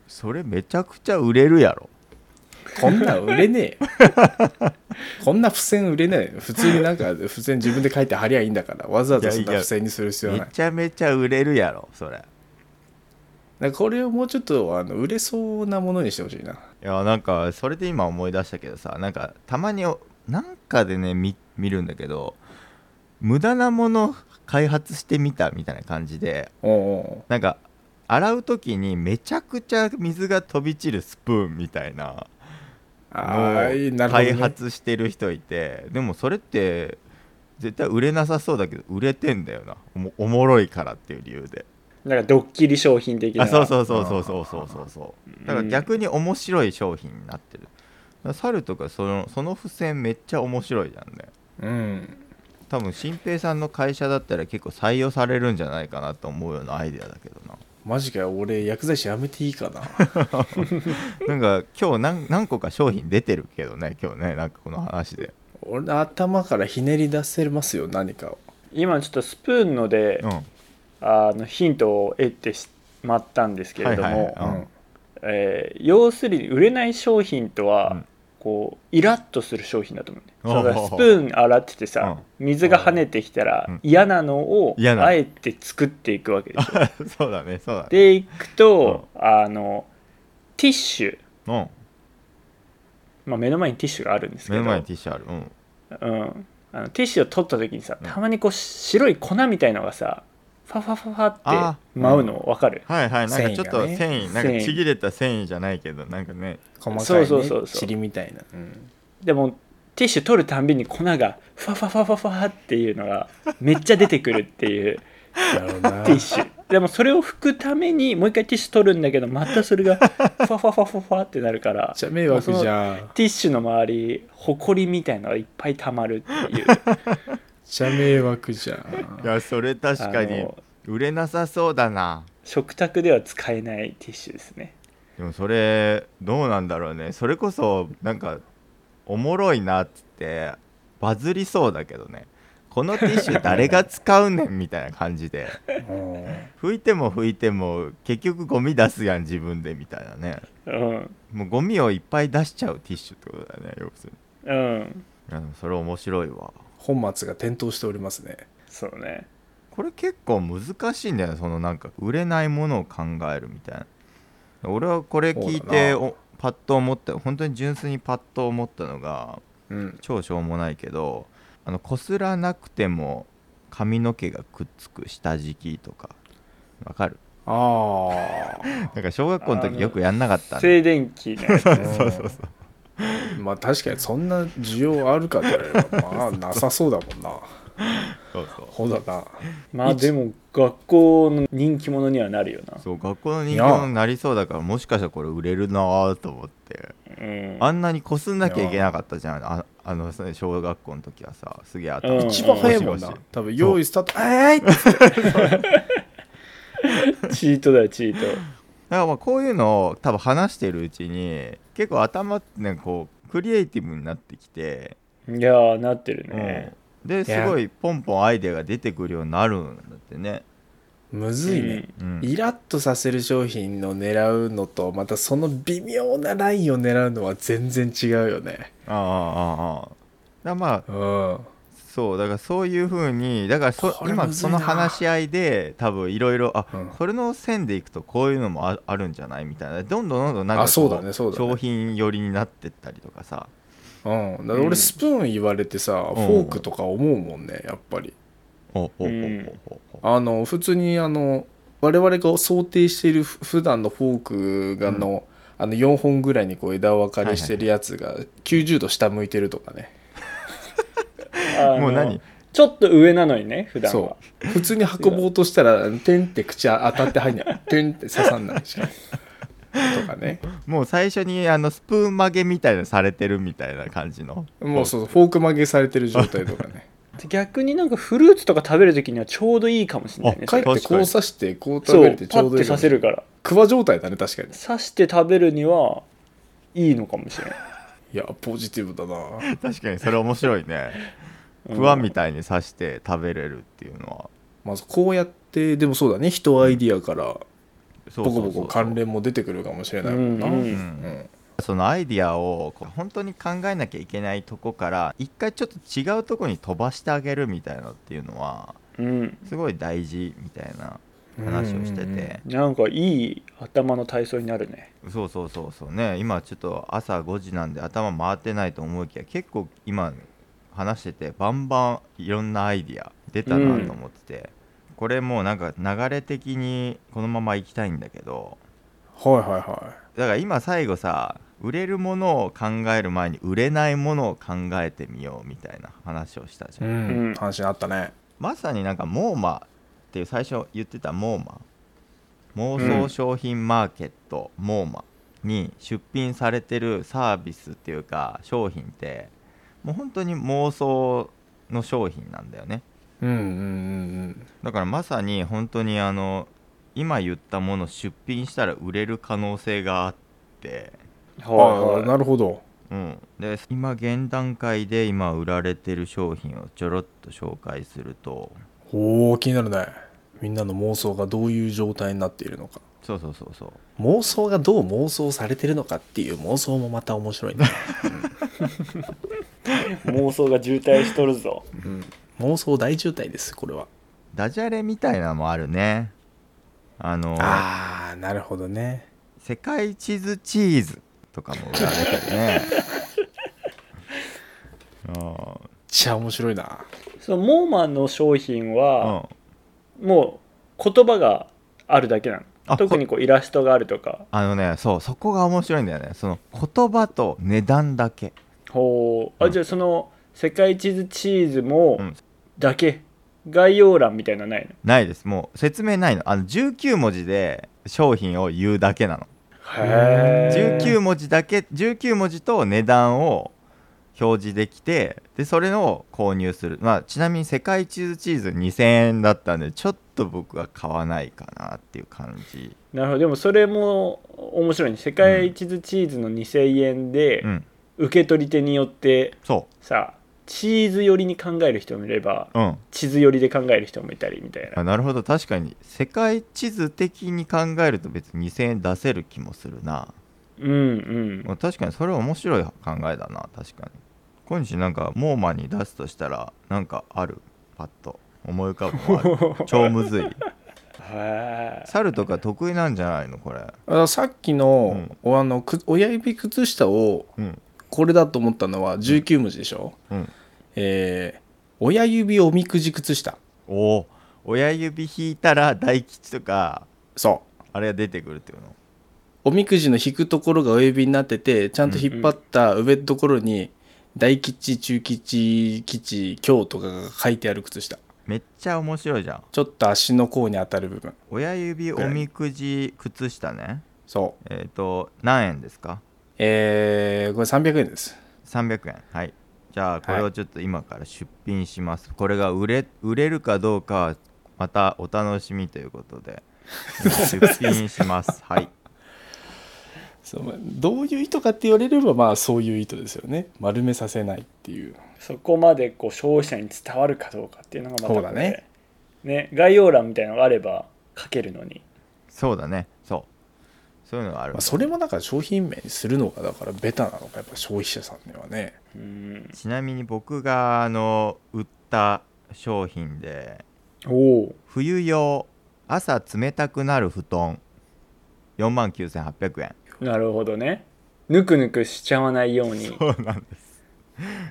Speaker 6: それめちゃくちゃ売れるやろ
Speaker 5: こんなん売れねえよ (laughs) こんな付箋売れないよ普通になんか付箋自分で書いて貼りゃいいんだからわざわざそんな付箋にする必要は
Speaker 6: め
Speaker 5: ない
Speaker 6: ちゃめちゃ売れるやろそれ
Speaker 5: なんかこれをもうちょっとあの売れそうなものにしてほしいない
Speaker 6: やなんかそれで今思い出したけどさなんかたまにおなんかでね見見るんだけど無駄なもの開発してみたみたいな感じで
Speaker 5: おうお
Speaker 6: なんか洗う時にめちゃくちゃ水が飛び散るスプーンみたいな
Speaker 5: うああいいなるほど、ね、
Speaker 6: 開発してる人いて、でもそれって絶対売れなさそうだけど売れてんだよなおもおもろいからっていう理由で
Speaker 2: なんかドッキリ商品的な
Speaker 6: あそうそうそうそうそうそうそうそうだから逆に面白い商品になってるだから猿とかそのその付箋めっちゃ面白いじゃんね
Speaker 5: うん
Speaker 6: 多分新平さんの会社だったら結構採用されるんじゃないかなと思うようなアイデアだけどな
Speaker 5: マジかよ俺薬剤師やめていいかな
Speaker 6: なんか今日何何個か商品出てるけどね今日ねなんかこの話で
Speaker 5: 俺頭からひねり出せますよ何かを
Speaker 2: 今ちょっとスプーンので、
Speaker 6: うん (laughs)
Speaker 2: あのヒントを得てしまったんですけれども、
Speaker 6: はいはいはいううん
Speaker 5: ん
Speaker 2: えー要するに売れない商品とは、
Speaker 6: うん
Speaker 2: こうイラッとする商品だと思うね
Speaker 6: お
Speaker 2: そ
Speaker 6: ー
Speaker 2: れからスプーン洗っててさ、水が跳ねてきたら、
Speaker 6: うん
Speaker 2: 嫌なのを
Speaker 6: 嫌な
Speaker 2: あえて作っていくわけでし
Speaker 6: (laughs)
Speaker 2: ょ
Speaker 6: そうだねそうだね
Speaker 2: でいくと、あのティッシュ、
Speaker 6: うん
Speaker 2: まあ、目の前にティッシュがあるんですけ
Speaker 6: 目
Speaker 2: ど
Speaker 6: の前にティッシュあるうん
Speaker 2: うん、あのティッシュを取った時にさ
Speaker 6: うん
Speaker 2: たまにこう白い粉みたいのがさファファファファっ
Speaker 6: あ
Speaker 2: て
Speaker 6: ー
Speaker 2: 舞うの分かる、
Speaker 6: はいはいなんかちょっと
Speaker 5: 繊維がね
Speaker 6: 繊維なんか
Speaker 2: 繊維
Speaker 6: ちぎれた繊維じゃないけどなんかね
Speaker 5: 細かい、ね、
Speaker 2: そうそうそうそう
Speaker 5: 塵みたいな、うん
Speaker 2: でもティッシュ取るたんびに粉がファファファファファっていうのがめっちゃ出てくるって
Speaker 6: (laughs)
Speaker 2: いう
Speaker 5: なるほどな
Speaker 2: ティッシュでもそれを拭くためにもう一回ティッシュ取るんだけどまたそれがファファファファファってなるから
Speaker 5: じゃ迷惑じゃん
Speaker 2: ティッシュの周りほこりみたいのがいっぱい溜まるっていう
Speaker 5: じゃ迷惑じゃん
Speaker 6: いやそれ確か
Speaker 2: あ
Speaker 6: に
Speaker 2: の
Speaker 6: 売れなさそうだな
Speaker 2: 食卓では使えないティッシュですね
Speaker 6: でもそれどうなんだろうねそれこそなんかおもろいなっつってバズりそうだけどねこのティッシュ誰が使うねんみたいな感じで
Speaker 5: うん
Speaker 6: 拭いても拭いても結局ゴミ出すやん自分でみたいなね
Speaker 2: うん
Speaker 6: もうゴミをいっぱい出しちゃうティッシュってことだね要するに
Speaker 2: うん
Speaker 6: いやでもそれ面白いわ
Speaker 5: 本末が転倒しておりますね
Speaker 2: そうね
Speaker 6: これ結構難しいんだよねそのなんか売れないものを考えるみたいな俺はこれ聞い
Speaker 5: そうだ
Speaker 6: て
Speaker 5: な
Speaker 6: おパッと思った本当に純粋にパッと思ったのが
Speaker 5: うん
Speaker 6: 超しょうもないけどあのこすらなくても髪の毛がくっつく下敷きとかわかる
Speaker 5: あ
Speaker 6: なんか小学校の
Speaker 2: あの
Speaker 6: 時よくやんなかったね
Speaker 2: 静電気のやつ
Speaker 5: あ
Speaker 6: そうそうそう
Speaker 5: うんまあ確かにそんな需要あるかと言われればまあなさそうだもんな
Speaker 6: そうそう
Speaker 5: ほうだな
Speaker 2: まあでも学校の人気者にはなるよな
Speaker 6: そう学校の人気者になりそうだからもしかしたらこれ売れるなーと思って
Speaker 2: うん
Speaker 6: あんなにこすんなきゃいけなかったじゃんああのさ小学校の時はさすげえ頭
Speaker 2: うん
Speaker 5: 一番早いもん
Speaker 6: ゴ
Speaker 5: な
Speaker 6: シゴシ
Speaker 5: 多分用意スタートえい
Speaker 2: チートだよチート
Speaker 5: (laughs)
Speaker 6: だからまあこういうのを多分話してるうちに結構頭ってねこうクリエイティブになってきて、
Speaker 2: いやーなってる
Speaker 6: うん
Speaker 2: ね、
Speaker 6: ですごいポンポンアイデアが出てくるようになるんだってね、
Speaker 5: むずいね
Speaker 6: うん
Speaker 5: イラッとさせる商品を狙うのとまたその微妙なラインを狙うのは全然違うよね
Speaker 6: ああああああだからまあ
Speaker 5: うん
Speaker 6: そうだからそういうふうにだからそ
Speaker 5: これむずいな
Speaker 6: 今その話し合いで多分いろいろあ、
Speaker 5: うん
Speaker 6: これの線でいくとこういうのもああるんじゃないみたいなどんどんどんどんなんか
Speaker 5: あそう
Speaker 6: こ
Speaker 5: だねそうだね
Speaker 6: 商品寄りになってったりとかさ
Speaker 5: うん、だから
Speaker 2: うん
Speaker 5: 俺スプーン言われてさ、フォークとか思うもんねやっぱり
Speaker 6: おおおおお
Speaker 2: うん
Speaker 6: お
Speaker 5: あの普通にあの我々が想定しているふ普段のフォークがの,、あの4本ぐらいにこう枝分かれしてるやつが90度下向いてるとかね、
Speaker 2: あの
Speaker 6: もう何
Speaker 2: ちょっと上なのにね普段は
Speaker 5: そう普通に運ぼうとしたら「てん」って口当たって入んない「てん」って刺さんないしとかね
Speaker 6: もう最初にあのスプーン曲げみたいなのされてるみたいな感じの
Speaker 5: もうそうフォーク曲げされてる状態とかね
Speaker 2: 逆になんかフルーツとか食べる時にはちょうどいいかもしれないね
Speaker 6: あ
Speaker 5: かえっ
Speaker 2: それ
Speaker 5: てこう刺してこう食
Speaker 2: そ
Speaker 5: べ
Speaker 2: う
Speaker 5: れてち
Speaker 2: パ
Speaker 5: ょう
Speaker 2: ッ
Speaker 5: どい
Speaker 2: て
Speaker 5: いか
Speaker 2: さ
Speaker 5: もし
Speaker 2: せ
Speaker 5: れない
Speaker 2: るから
Speaker 5: クワ状態だね確かに
Speaker 2: 刺して食べるにはいいのかもしれない
Speaker 5: いやポジティブだな
Speaker 6: 確かにそれ面白いね
Speaker 5: (laughs)
Speaker 2: うん
Speaker 6: クワみたいに刺して食べれるっていうのは
Speaker 5: まずこうやってでもそうだね人アイディアから
Speaker 6: そうそ
Speaker 5: ボ
Speaker 6: うそう
Speaker 5: コ
Speaker 6: そう
Speaker 5: ボコ関連も出てくるかもしれ
Speaker 2: う
Speaker 5: ないもん
Speaker 2: ん
Speaker 5: な、
Speaker 2: うん
Speaker 6: うん
Speaker 5: うん
Speaker 6: そのアイディアをこう本当に考えなきゃいけないとこから一回ちょっと違うとこに飛ばしてあげるみたいなのっていうのは
Speaker 2: うん
Speaker 6: すごい大事みたいな話をして
Speaker 5: うんうん
Speaker 6: て
Speaker 2: なんかいい頭の体操になるね
Speaker 6: そうそうそうそうね今ちょっと朝5時なんで頭回ってないと思いきや結構今話しててバンバンいろんなアイディア出たなと思っててこれもうなんか流れ的にこのまま行きたいんだけど
Speaker 5: はいはいは
Speaker 6: だから今最後さ売れるものを考える前に売れないものを考えてみようみたいな話をしたじ
Speaker 5: い、
Speaker 6: ゃん、
Speaker 2: うん
Speaker 5: 話あったね
Speaker 6: まさになんかモーマっていう最初言ってたモーマ妄想商品マーケット、モーマに出品されてるサービスっていうか商品ってもう本当に妄想の商品なんだよね
Speaker 5: うんうんうん
Speaker 6: だからまさに本当にあの今言ったもの出品したら売れる可能性があって、
Speaker 5: うん
Speaker 2: は
Speaker 5: あ
Speaker 2: い
Speaker 5: あ
Speaker 2: は
Speaker 5: なるほど
Speaker 6: うん、で今現段階で今売られてる商品をちょろっと紹介すると
Speaker 5: おお気になるねみんなの妄想がどういう状態になっているのか
Speaker 6: そうそうそうそう
Speaker 5: 妄想がどう妄想されてるのかっていう妄想もまた面白いね
Speaker 2: い妄想が渋滞しとる
Speaker 5: (laughs)
Speaker 2: ぞ
Speaker 5: 妄想大渋滞ですこれは
Speaker 6: ダジャレみたいなのもあるねあの
Speaker 5: ああなるほどね
Speaker 6: 世界地図チーズとかも売られてる (laughs) ねあ
Speaker 5: めっちゃ面白いな
Speaker 2: そのモーマンの商品
Speaker 6: あ
Speaker 2: は、
Speaker 6: うん
Speaker 2: もう言葉があるだけな
Speaker 6: あ
Speaker 2: の特にこうイラストがあるとか
Speaker 6: あのねそうそこが面白いんだよねその言葉と値段だけ
Speaker 2: ほう
Speaker 6: う
Speaker 2: あ、
Speaker 6: ん
Speaker 2: じゃあその世界地図チーズも
Speaker 6: うん
Speaker 2: だけ、概要欄みたいなのないの
Speaker 6: ないですもう説明ないのあの19文字で商品を言うだけなの
Speaker 2: へえ
Speaker 6: 19文字だけ19文字と値段を表示できてでそれを購入する、まあ、ちなみに世界地図チーズ2000円だったんでちょっと僕は買わないかなっていう感じ
Speaker 2: なるほどでもそれも面白いね世界地図チーズの2000円で、
Speaker 6: うん
Speaker 2: 受け取り手によって
Speaker 6: そ
Speaker 2: さチーズ寄りに考える人もいれば
Speaker 6: ううん
Speaker 2: 地図寄りで考える人もいたりみたいな
Speaker 6: あなるほど確かに世界地図的に考えると別に2000円出せる気もするな
Speaker 2: うんう
Speaker 6: (laughs)
Speaker 2: ん
Speaker 6: まあ確かにそれは面白い考えだな確かに今日なんかモーマンに出すとしたらなんかあるパッと思い浮かぶのあ
Speaker 2: (laughs)
Speaker 6: る超むずい
Speaker 2: へえ
Speaker 6: 猿とか得意なんじゃないのこれ
Speaker 5: あさっきの,、あのく親指靴下を
Speaker 6: うん
Speaker 5: これだと思ったのは19文字でしょ、
Speaker 6: うん
Speaker 5: えー親指おみくじ靴下
Speaker 6: おお親指引いたら大吉とか
Speaker 5: そ
Speaker 6: あれが出てくるっていうの
Speaker 5: うおみくじの引くところが親指になっててちゃんと引っ張った上のところに大吉中吉吉京とかが書いてある靴下
Speaker 6: めっちゃ面白いじゃん
Speaker 5: ちょっと足の甲に当たる部分
Speaker 6: 親指おみくじ靴下ね
Speaker 5: そう
Speaker 6: えっ、と何円ですか
Speaker 5: えーこれ300円です
Speaker 6: 300円はいじゃあこれをちょっと今から出品します、これが売れ売れるかどうかはまたお楽しみということ (laughs) で出品しますはい
Speaker 5: そうまあどういう意図かって言われればまあそういう意図ですよね丸めさせないっていう
Speaker 2: そこまでこう消費者に伝わるかどうかっていうのがまた
Speaker 5: そうだね
Speaker 2: これね概要欄みたいなのがあれば書けるのに
Speaker 6: そうだねそうそういうのがある
Speaker 5: まあ、それもだから商品名にするのがだからベタなのかやっぱ消費者さんにはね
Speaker 2: うん
Speaker 6: ちなみに僕があの売った商品で
Speaker 2: おお
Speaker 6: 冬用朝冷たくなる布団4万9800円
Speaker 2: なるほどねぬくぬくしちゃわないように
Speaker 6: そうなんです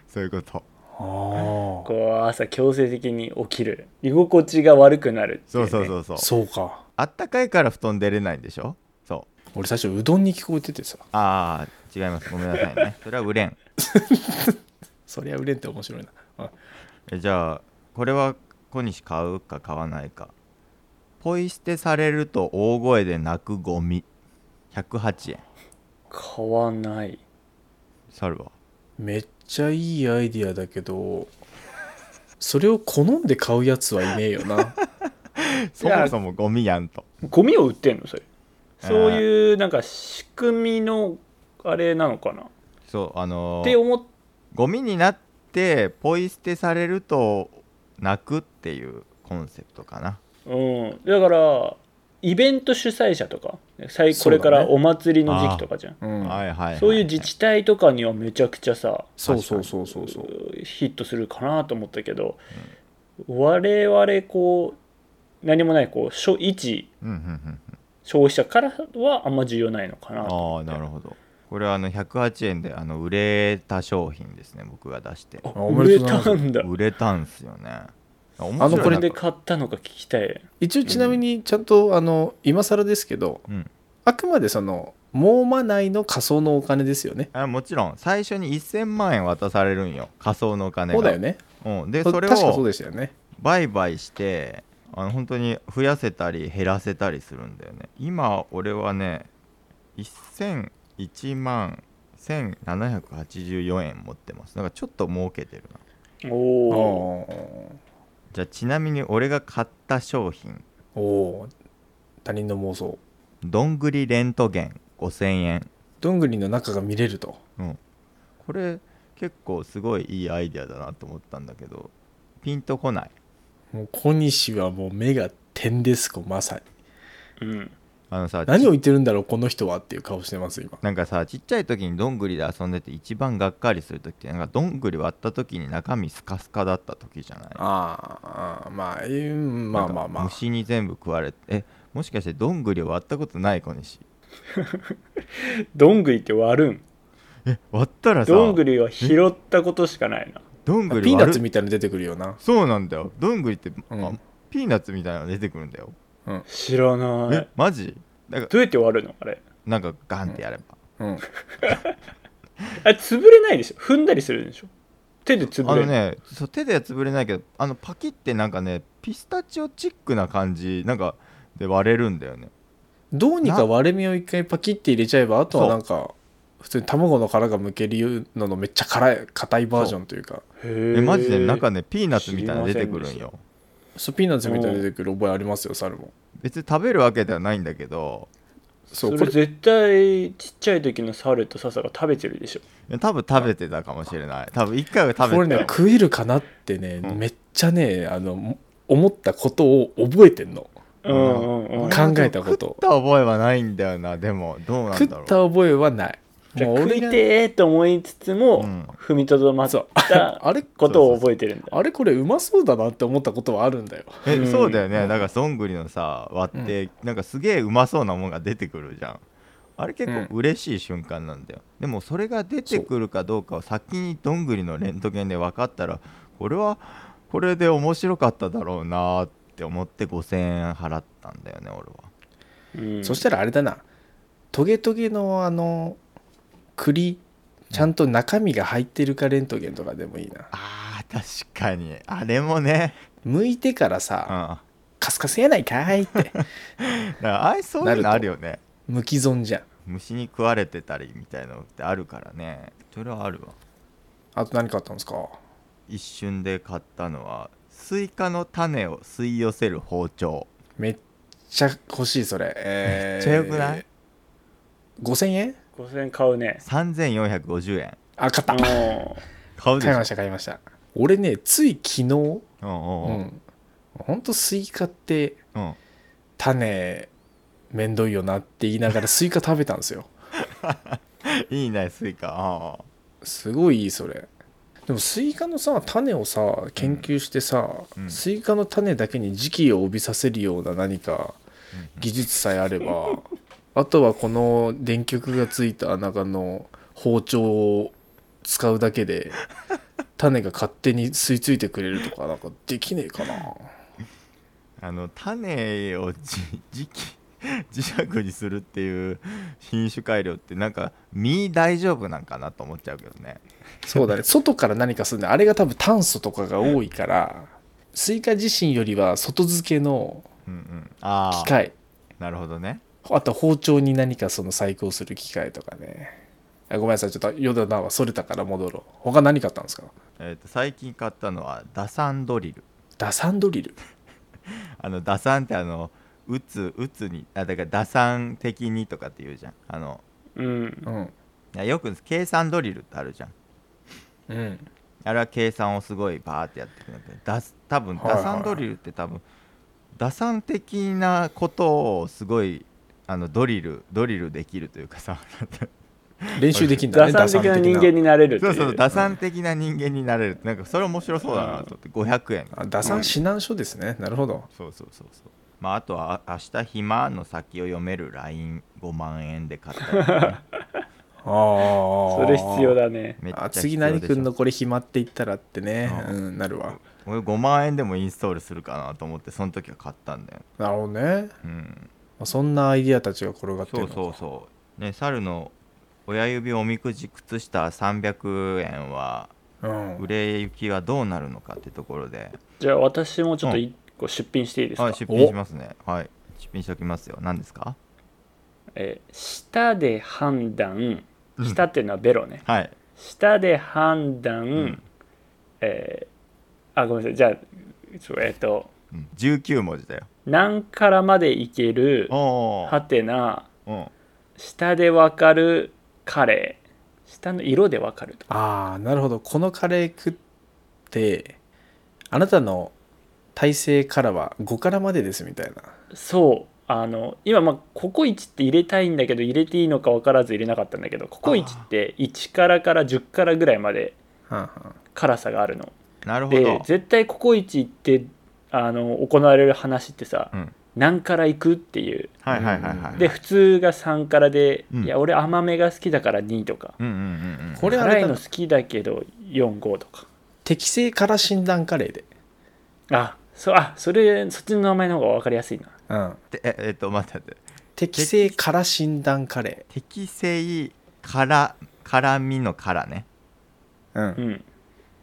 Speaker 6: そういうこと
Speaker 5: あ
Speaker 2: こう朝強制的に起きる居心地が悪くなるってい
Speaker 6: そうう
Speaker 2: ね
Speaker 6: そうそうそう
Speaker 5: そうか
Speaker 6: あったかいから布団出れないんでしょそう
Speaker 5: 俺最初うどんに聞こえててさ
Speaker 6: ああ違いますごめんなさいねそれは売れん
Speaker 5: そりゃ売れんって面白いなあ
Speaker 6: えじゃあこれは小西買うか買わないかポイ捨てされると大声で泣くゴミ108円
Speaker 2: 買わない
Speaker 6: 猿は
Speaker 5: めっちゃいいアイディアだけどそれを好んで買うやつはいねえよ (laughs) な
Speaker 6: そもそもゴミやんと
Speaker 2: ゴミを売ってんのそれ
Speaker 6: えー
Speaker 2: そういうなんか仕組みのあれなのかなっ
Speaker 6: そうあのー
Speaker 2: て思っ
Speaker 6: ゴミになってポイ捨てされると泣くっていうコンセプトかな
Speaker 2: うんだからイベント主催者とか最
Speaker 5: そ
Speaker 2: こ
Speaker 5: うだね
Speaker 2: れからお祭りの時期とかじゃんそう,、
Speaker 5: うん
Speaker 6: はいはいはい
Speaker 2: いう自治体とかにはめちゃくちゃさ
Speaker 5: そうそうそうそうそう
Speaker 2: ヒットするかなと思ったけど、我々こう何もないこうしょ一
Speaker 6: うんうんうん
Speaker 2: 消費者からはあんま重要ないのかなと
Speaker 6: ああなるほどこれはあの108円であの売れた商品ですね僕が出して
Speaker 5: あおめ
Speaker 2: 売
Speaker 5: で
Speaker 2: れ
Speaker 5: とうござい
Speaker 2: た
Speaker 5: ます
Speaker 2: んだ
Speaker 6: 売れたんすよね面白
Speaker 5: あ
Speaker 6: い
Speaker 5: の
Speaker 6: な
Speaker 2: これで買ったのか聞きたい
Speaker 5: 一応ちなみにちゃんとあの今更ですけど
Speaker 6: うん
Speaker 5: あくまでそのモーマ内の仮想のお金ですよね
Speaker 6: あもちろん最初に1000万円渡されるんよ仮想のお金が
Speaker 5: そうだよね
Speaker 6: うん、で
Speaker 5: そ
Speaker 6: それ
Speaker 5: 確かそう
Speaker 6: を
Speaker 5: でしたよね
Speaker 6: 売買してあの本当に増やせたり減らせたりするんだよね今俺はね1001万1784円持ってますだからちょっと儲けてるな
Speaker 2: おお
Speaker 5: お
Speaker 6: じゃあちなみに俺が買った商品
Speaker 5: おー他人の妄想
Speaker 6: どんぐりレントゲン5000円、
Speaker 5: どんぐりの中が見れると
Speaker 6: うん、これ結構すごいいいアイデアだなと思ったんだけどピンとこない
Speaker 5: もう小西はもう目が点ですこまさに
Speaker 2: うん
Speaker 6: あのさ
Speaker 5: 何を
Speaker 6: ち
Speaker 5: 言ってるんだろうこの人はっていう顔してます今
Speaker 6: なんかさちっちゃい時にどんぐりで遊んでて一番がっかりする時ってなんかどんぐり割った時に中身スカスカだった時じゃない
Speaker 5: ああまあ、うんまあま
Speaker 6: な
Speaker 5: あま
Speaker 6: んか
Speaker 5: あ
Speaker 6: 虫に全部食われてえもしかしてどんぐり割ったことない小西
Speaker 2: どんぐりって割るん
Speaker 6: え割ったらさ
Speaker 2: どんぐりは拾ったことしかないな
Speaker 6: どんぐり割る
Speaker 5: ピーナッツみたいなの出てくるよな
Speaker 6: そうなんだよどんぐりって、
Speaker 5: うん
Speaker 6: あピーナッツみたいなの出てくるんだよ
Speaker 2: 知らない
Speaker 6: えマジなんか
Speaker 2: どうやって割るのあれ
Speaker 6: なんかガンってやれば、
Speaker 5: うん
Speaker 2: あれ潰れないでしょ踏んだりするでしょ手で潰
Speaker 6: あ
Speaker 2: れ
Speaker 6: の
Speaker 2: る、
Speaker 6: ねそう手では潰れないけどあのパキってなんかねピスタチオチックな感じなんかで割れるんだよね
Speaker 5: どうにか割れ目を一回パキって入れちゃえばあとはなんか普通に卵の殻がむけるののめっちゃ辛い硬いバージョンというか
Speaker 2: へ
Speaker 6: え
Speaker 2: え
Speaker 6: マジで中ねピーナッツみたいなの出てくる
Speaker 2: 知
Speaker 6: ん
Speaker 2: りま
Speaker 6: よ
Speaker 5: そうピーナッツみたいに出てくる覚えありますよ猿も
Speaker 6: 別に食べるわけではないんだけど
Speaker 5: そ
Speaker 2: そうれ
Speaker 5: これ
Speaker 2: 絶対ちっちゃい時の猿と笹が食べてるでしょ
Speaker 6: いや多分食べてたかもしれない多分一回は食べて
Speaker 5: これね
Speaker 6: た
Speaker 5: 食えるかなってね、
Speaker 6: うん
Speaker 5: めっちゃねあの思ったことを覚えてんの
Speaker 2: うんうんうん
Speaker 5: か考えたこと
Speaker 6: 食った覚えはないんだよなでもどうなんだろ
Speaker 5: 食
Speaker 6: う
Speaker 5: った覚えはない
Speaker 2: じゃあ
Speaker 5: もう
Speaker 2: 食
Speaker 5: 俺
Speaker 2: い
Speaker 5: が
Speaker 2: てーと思いつつも、
Speaker 6: うん
Speaker 2: 踏みとどまっ
Speaker 5: そう
Speaker 2: た
Speaker 5: あれ
Speaker 2: ことを覚えてるんだ
Speaker 5: あれこれうまそうだなって思ったことはあるんだよ
Speaker 6: え、
Speaker 2: うん
Speaker 6: そうだよねだからどんぐりのさ割って、なんかすげえうまそうなもんが出てくるじゃんあれ結構嬉しい瞬間なんだよ、でもそれが出てくるかどうかを先にどんぐりのレントゲンで分かったらこれはこれで面白かっただろうなって思って5000円払ったんだよね俺は
Speaker 2: うん
Speaker 5: そしたらあれだなトゲトゲのあの栗ちゃんと中身が入ってるかレントゲンとかでもいいな
Speaker 6: あー確かにあれもね
Speaker 5: 剥いてから
Speaker 6: うん
Speaker 5: さ
Speaker 6: だか
Speaker 5: カスカスやないかいって (laughs)
Speaker 6: らああいうそういうのあるよね
Speaker 5: 剥き損じゃん
Speaker 6: 虫に食われてたりみたいなのってあるからねそれはあるわ
Speaker 5: あと何買ったんですか
Speaker 6: 一瞬で買ったのはスイカの種を吸い寄せる包丁
Speaker 5: めっちゃ欲しいそれ、えー
Speaker 6: めっちゃ良くない
Speaker 5: 5000円
Speaker 2: 5000円買うね
Speaker 6: 3450円
Speaker 5: あ買った
Speaker 2: も
Speaker 6: 買うで
Speaker 5: 買い
Speaker 6: しょ
Speaker 5: ました買いました俺ねつい昨日うん
Speaker 6: うんうんうん
Speaker 5: ほんとスイカって
Speaker 6: うん
Speaker 5: 種めんどいよなって言いながらスイカ食べたんですよ
Speaker 6: いいねスイカあ
Speaker 5: すごいいいそれでもスイカのさ種をさ研究してさ、
Speaker 6: うん
Speaker 5: スイカの種だけに時期を帯びさせるような何か技術さえあれば、 (laughs) あとはこの電極がついた中の包丁を使うだけで種が勝手に吸い付いてくれるとかなんかできねえかな
Speaker 6: あの種をじ磁気 (laughs) 磁石にするっていう品種改良ってなんか実大丈夫なんかなと思っちゃうけどね
Speaker 5: そうだね外から何かするんであれが多分炭素とかが多いからスイカ自身よりは外付けの
Speaker 6: うんうんああ
Speaker 5: 機械
Speaker 6: なるほどね
Speaker 5: あと包丁に何かその細工をする機械とかねあごめんなさいちょっと余談はそれたから戻ろう他何買ったんですか
Speaker 6: えっ、と最近買ったのは打算ドリル
Speaker 5: 打算ドリル
Speaker 6: あの打算ってあの打つ打つにあだから打算的にとかって言うじゃんあの
Speaker 2: う、うん、
Speaker 5: うん
Speaker 6: いやよく計算ドリルってあるじゃん
Speaker 5: うん
Speaker 6: あれは計算をすごいバーってやっていくのでだす多分
Speaker 5: はいはいは
Speaker 6: 打算
Speaker 5: い
Speaker 6: ドリルって多分打算的なことをすごいあのドリルドリルできるという
Speaker 5: (laughs)
Speaker 6: かさ
Speaker 5: 練習できんだ
Speaker 2: (laughs) 打
Speaker 5: ね
Speaker 2: 算的な人間になれるって
Speaker 6: そ
Speaker 2: いう
Speaker 6: うそう打算的な人間になれるなんかそれ面白そうだなと思って500円
Speaker 5: あ打算指南書ですね、なるほど
Speaker 6: そうそうそうそうまああとはあ明日暇の先を読める LINE5 万円で買ったりとか
Speaker 5: あ
Speaker 2: それ必要だ
Speaker 5: (laughs)
Speaker 2: ね
Speaker 6: めっちゃ
Speaker 5: あ
Speaker 6: 必
Speaker 5: 次
Speaker 6: 要
Speaker 5: 何
Speaker 6: でしょ
Speaker 5: くんのこれ暇って言ったらってねうんなるわ
Speaker 6: 俺5万円でもインストールするかなと思ってその時は買ったんだよ、
Speaker 5: なるほどね
Speaker 6: うん、
Speaker 5: まあそんなアイディアたちが転がってる
Speaker 6: そ
Speaker 5: の
Speaker 6: う
Speaker 5: か
Speaker 6: そうそうね猿の親指おみくじ靴下300円は
Speaker 5: うん
Speaker 6: 売れ行きはどうなるのかってところで
Speaker 2: じゃあ私もちょっと一個出品していいですか、
Speaker 6: あ出品しますねはい出品しておきますよ何ですか
Speaker 2: えー舌で判断舌っていうのはベロね、
Speaker 6: はい
Speaker 2: 舌で判断、
Speaker 6: ん
Speaker 2: えーあごめんなさいじゃあそうえっ、と
Speaker 6: うん19文字だよ
Speaker 2: 何からまでいける
Speaker 6: お
Speaker 2: は
Speaker 6: ー
Speaker 2: てな
Speaker 6: うん
Speaker 2: 下でわかるカレー下の色でわかると
Speaker 5: ああなるほどこのカレー食ってあなたの体勢からは5からまでですみたいな
Speaker 2: そうあの今まあココイチって入れたいんだけど入れていいのか分からず入れなかったんだけどココイチって1からから10からぐらいまで
Speaker 5: はんはん
Speaker 2: 辛さがあるの
Speaker 6: なるほ
Speaker 2: で
Speaker 6: ど
Speaker 2: 絶対ココイチってあの行われる話ってさ、
Speaker 6: うん
Speaker 2: 何から行くっていう
Speaker 6: はいはいはいはい
Speaker 2: で普通が3からで、
Speaker 6: うん
Speaker 2: いや俺甘めが好きだから2とか
Speaker 6: うんうんうんうん
Speaker 5: これあ
Speaker 2: 辛
Speaker 5: れ
Speaker 2: い
Speaker 5: だ
Speaker 2: の
Speaker 5: な
Speaker 2: 好きだけど45とか
Speaker 5: 適正から診断カレーで
Speaker 2: あそあそれそっちの名前の方が分かりやすいな
Speaker 5: うん
Speaker 6: てえ (laughs) えっと待って待って
Speaker 5: 適正から診断カレ
Speaker 6: 適正から辛みの辛ね
Speaker 5: ーうん
Speaker 2: うん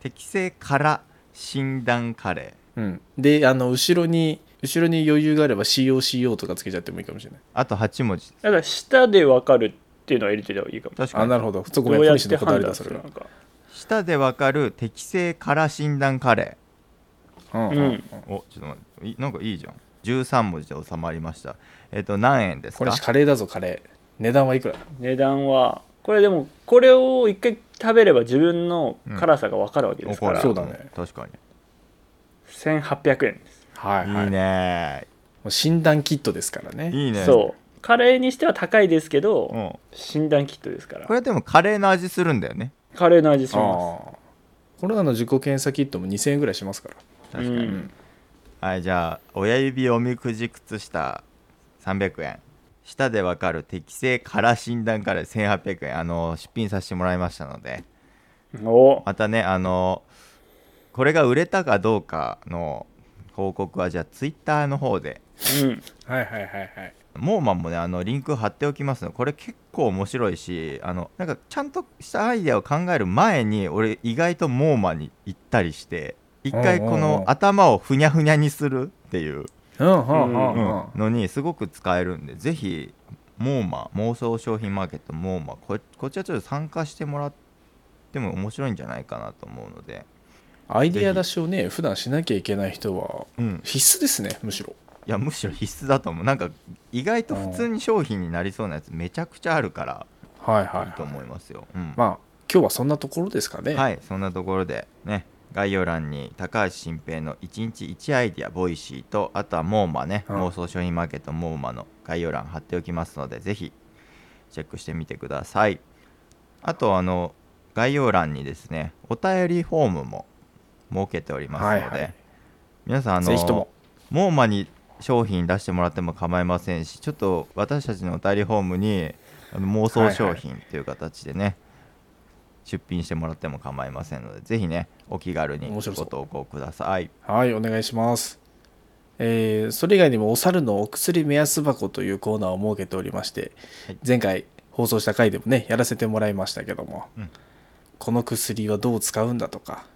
Speaker 6: 適正から診断カレー
Speaker 5: うん、であの後ろに後ろに余裕があれば COCO とかつけちゃってもいいかもしれない
Speaker 6: あと8文字
Speaker 2: だから舌で分かるっていうのは入れてた方がいいかも
Speaker 6: 確か
Speaker 5: あ
Speaker 6: に
Speaker 5: なるほどそこ
Speaker 2: ど
Speaker 5: め
Speaker 2: う
Speaker 5: んポ
Speaker 2: や
Speaker 5: リ
Speaker 2: っ
Speaker 5: シー
Speaker 2: て
Speaker 5: のこだわ
Speaker 2: 判
Speaker 5: りだ
Speaker 2: 断
Speaker 5: そ
Speaker 2: す
Speaker 5: れ
Speaker 2: る
Speaker 5: は
Speaker 2: のか
Speaker 6: 舌でわかる適正から診断カレ
Speaker 5: うん
Speaker 2: う
Speaker 5: うん
Speaker 2: ん、
Speaker 6: ーおちょっと待っていなんかいいじゃん13文字で収まりましたえっと何円です
Speaker 5: こ
Speaker 6: か
Speaker 5: れカレーだぞカレー値段はいくら
Speaker 2: 値段はこれでもこれを一回食べれば自分の辛さが分かるわけですか
Speaker 6: 怒
Speaker 2: ら、
Speaker 6: る
Speaker 5: そうだね
Speaker 6: 確かに
Speaker 2: 1800円です、
Speaker 5: はい
Speaker 6: いいね
Speaker 5: もう診断キットですからね
Speaker 6: いいね
Speaker 2: そうカレーにしては高いですけど、
Speaker 6: うん
Speaker 2: 診断キットですから
Speaker 6: これでもカレーの味するんだよね
Speaker 2: カレーの味し
Speaker 5: あ
Speaker 2: ま
Speaker 5: ーコロナの自己検査キットも2000円ぐらいしますから
Speaker 2: す
Speaker 6: 確か
Speaker 2: う
Speaker 6: に、
Speaker 2: ん、
Speaker 6: はいじゃあ親指おみくじ靴下300円舌でわかる適正から診断から1800円あの出品させてもらいましたので
Speaker 2: お
Speaker 6: またねあのこれが売れたかどうかの報告はじゃあツイッターの方で
Speaker 2: うん
Speaker 5: はいはいはいはい
Speaker 6: モーマンもねあのリンク貼っておきますのでこれ結構面白いしあのなんかちゃんとしたアイデアを考える前に俺意外とモーマンに行ったりして一回こ
Speaker 5: うんうんう
Speaker 6: の
Speaker 5: ん
Speaker 6: 頭をふにゃふにゃにするっていう
Speaker 5: うんう
Speaker 2: う
Speaker 5: んう
Speaker 2: ん
Speaker 5: んうん
Speaker 6: のにすごく使えるんでぜひモーマ妄想商品マーケットモーマここっちはちょっと参加してもらっても面白いんじゃないかなと思うので、
Speaker 5: アイディア出しをね普段しなきゃいけない人は
Speaker 6: うん、
Speaker 5: 必須ですねむしろ
Speaker 6: いやむしろ必須だと思うなんか意外と普通に商品になりそうなやつめちゃくちゃあるから
Speaker 5: はいはい
Speaker 6: いと
Speaker 5: はい
Speaker 6: 思いますよ、うん
Speaker 5: まあ今日はそんなところですかね
Speaker 6: はいそんなところでね概要欄に高橋新平の1日1アイディアボイシーとあとはモーマね、
Speaker 5: うん
Speaker 6: 妄想商品マーケットモーマの概要欄貼っておきますのでぜひチェックしてみてくださいあとあの概要欄にですねお便りフォームも設けておりますので、
Speaker 5: はいはい
Speaker 6: 皆さんあの
Speaker 5: ぜひとも
Speaker 6: モーマに商品出してもらっても構いませんしちょっと私たちのお便りフォームにあの妄想商品という形でね、出品してもらっても構いませんのでぜひねお気軽に
Speaker 5: 面
Speaker 6: ご
Speaker 5: 白そう
Speaker 6: 投稿ください
Speaker 5: はい、お願いします。えーそれ以外にも、お猿のお薬目安箱というコーナーを設けておりまして、
Speaker 6: はい
Speaker 5: 前回放送した回でもね、やらせてもらいましたけども、
Speaker 6: うん
Speaker 5: この薬はどう使うんだとか、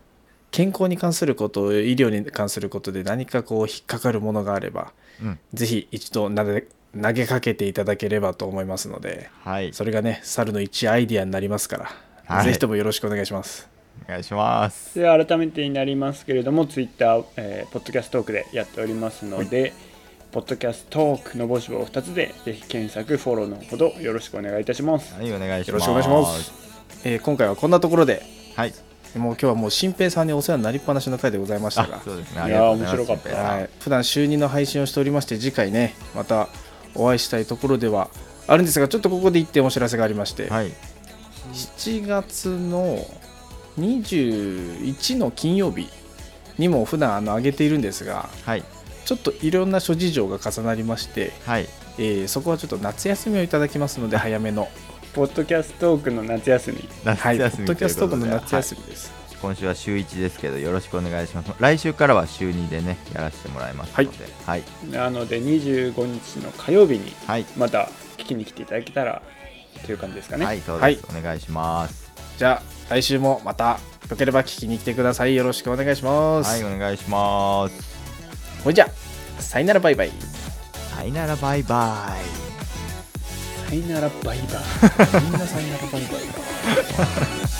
Speaker 5: 健康に関すること、医療に関することで何かこう、引っかかるものがあれば、
Speaker 6: うん
Speaker 5: ぜひ一度なで投げかけていただければと思いますので、
Speaker 6: はい
Speaker 5: それがね、猿の一アイディアになりますから、
Speaker 6: はい
Speaker 5: ぜひともよろしくお願いします。
Speaker 6: お願いします
Speaker 2: で改めてになりますけれどもツイッター、えーポッドキャストトークでやっておりますので、ポッドキャストトークのぼし棒2つでぜひ検索フォローのほどよろしくお願いいたします
Speaker 6: はいお願いし
Speaker 5: よ
Speaker 6: ます
Speaker 5: ろしくお願いします。えー今回はこんなところで、
Speaker 6: はい
Speaker 5: もう今日はもう新平さんにお世話になりっぱなしの回でございました
Speaker 6: あ
Speaker 5: が、
Speaker 6: そうですねありがとうございます
Speaker 2: いやー面白かった
Speaker 6: 新平さん
Speaker 5: はい、普段週2の配信をしておりまして次回ねまたお会いしたいところではあるんですがちょっとここで一点お知らせがありまして、
Speaker 6: はい
Speaker 5: 7月の21の金曜日にも普段あの上げているんですが
Speaker 6: はい
Speaker 5: ちょっといろんな諸事情が重なりまして、
Speaker 6: はい
Speaker 5: えーそこはちょっと夏休みをいただきますので早めの、
Speaker 2: ポッドキャストトークの夏休み
Speaker 5: は
Speaker 6: 夏
Speaker 5: い、ポ
Speaker 6: 休
Speaker 5: ッ
Speaker 6: み
Speaker 5: ドキャスト
Speaker 6: と
Speaker 5: の
Speaker 6: いうことで
Speaker 5: 夏休
Speaker 6: は
Speaker 5: みです。
Speaker 6: い今週は週1ですけどよろしくお願いします来週からは週2でねやらせてもらいますのではい
Speaker 2: なので25日の火曜日に
Speaker 6: はい
Speaker 2: また聞きに来ていただけたらという感じですかね、
Speaker 6: はい、そうです、お願いします。
Speaker 5: じゃあ来週もまたよければ聞きに来てください。よろしくお願いします。
Speaker 6: はい、お願いします。
Speaker 5: ほいじゃあさよならバイバイ
Speaker 6: さよなら、バイバイ。 (laughs)
Speaker 2: さよならバイバイ
Speaker 5: みんなさよならバイバイだ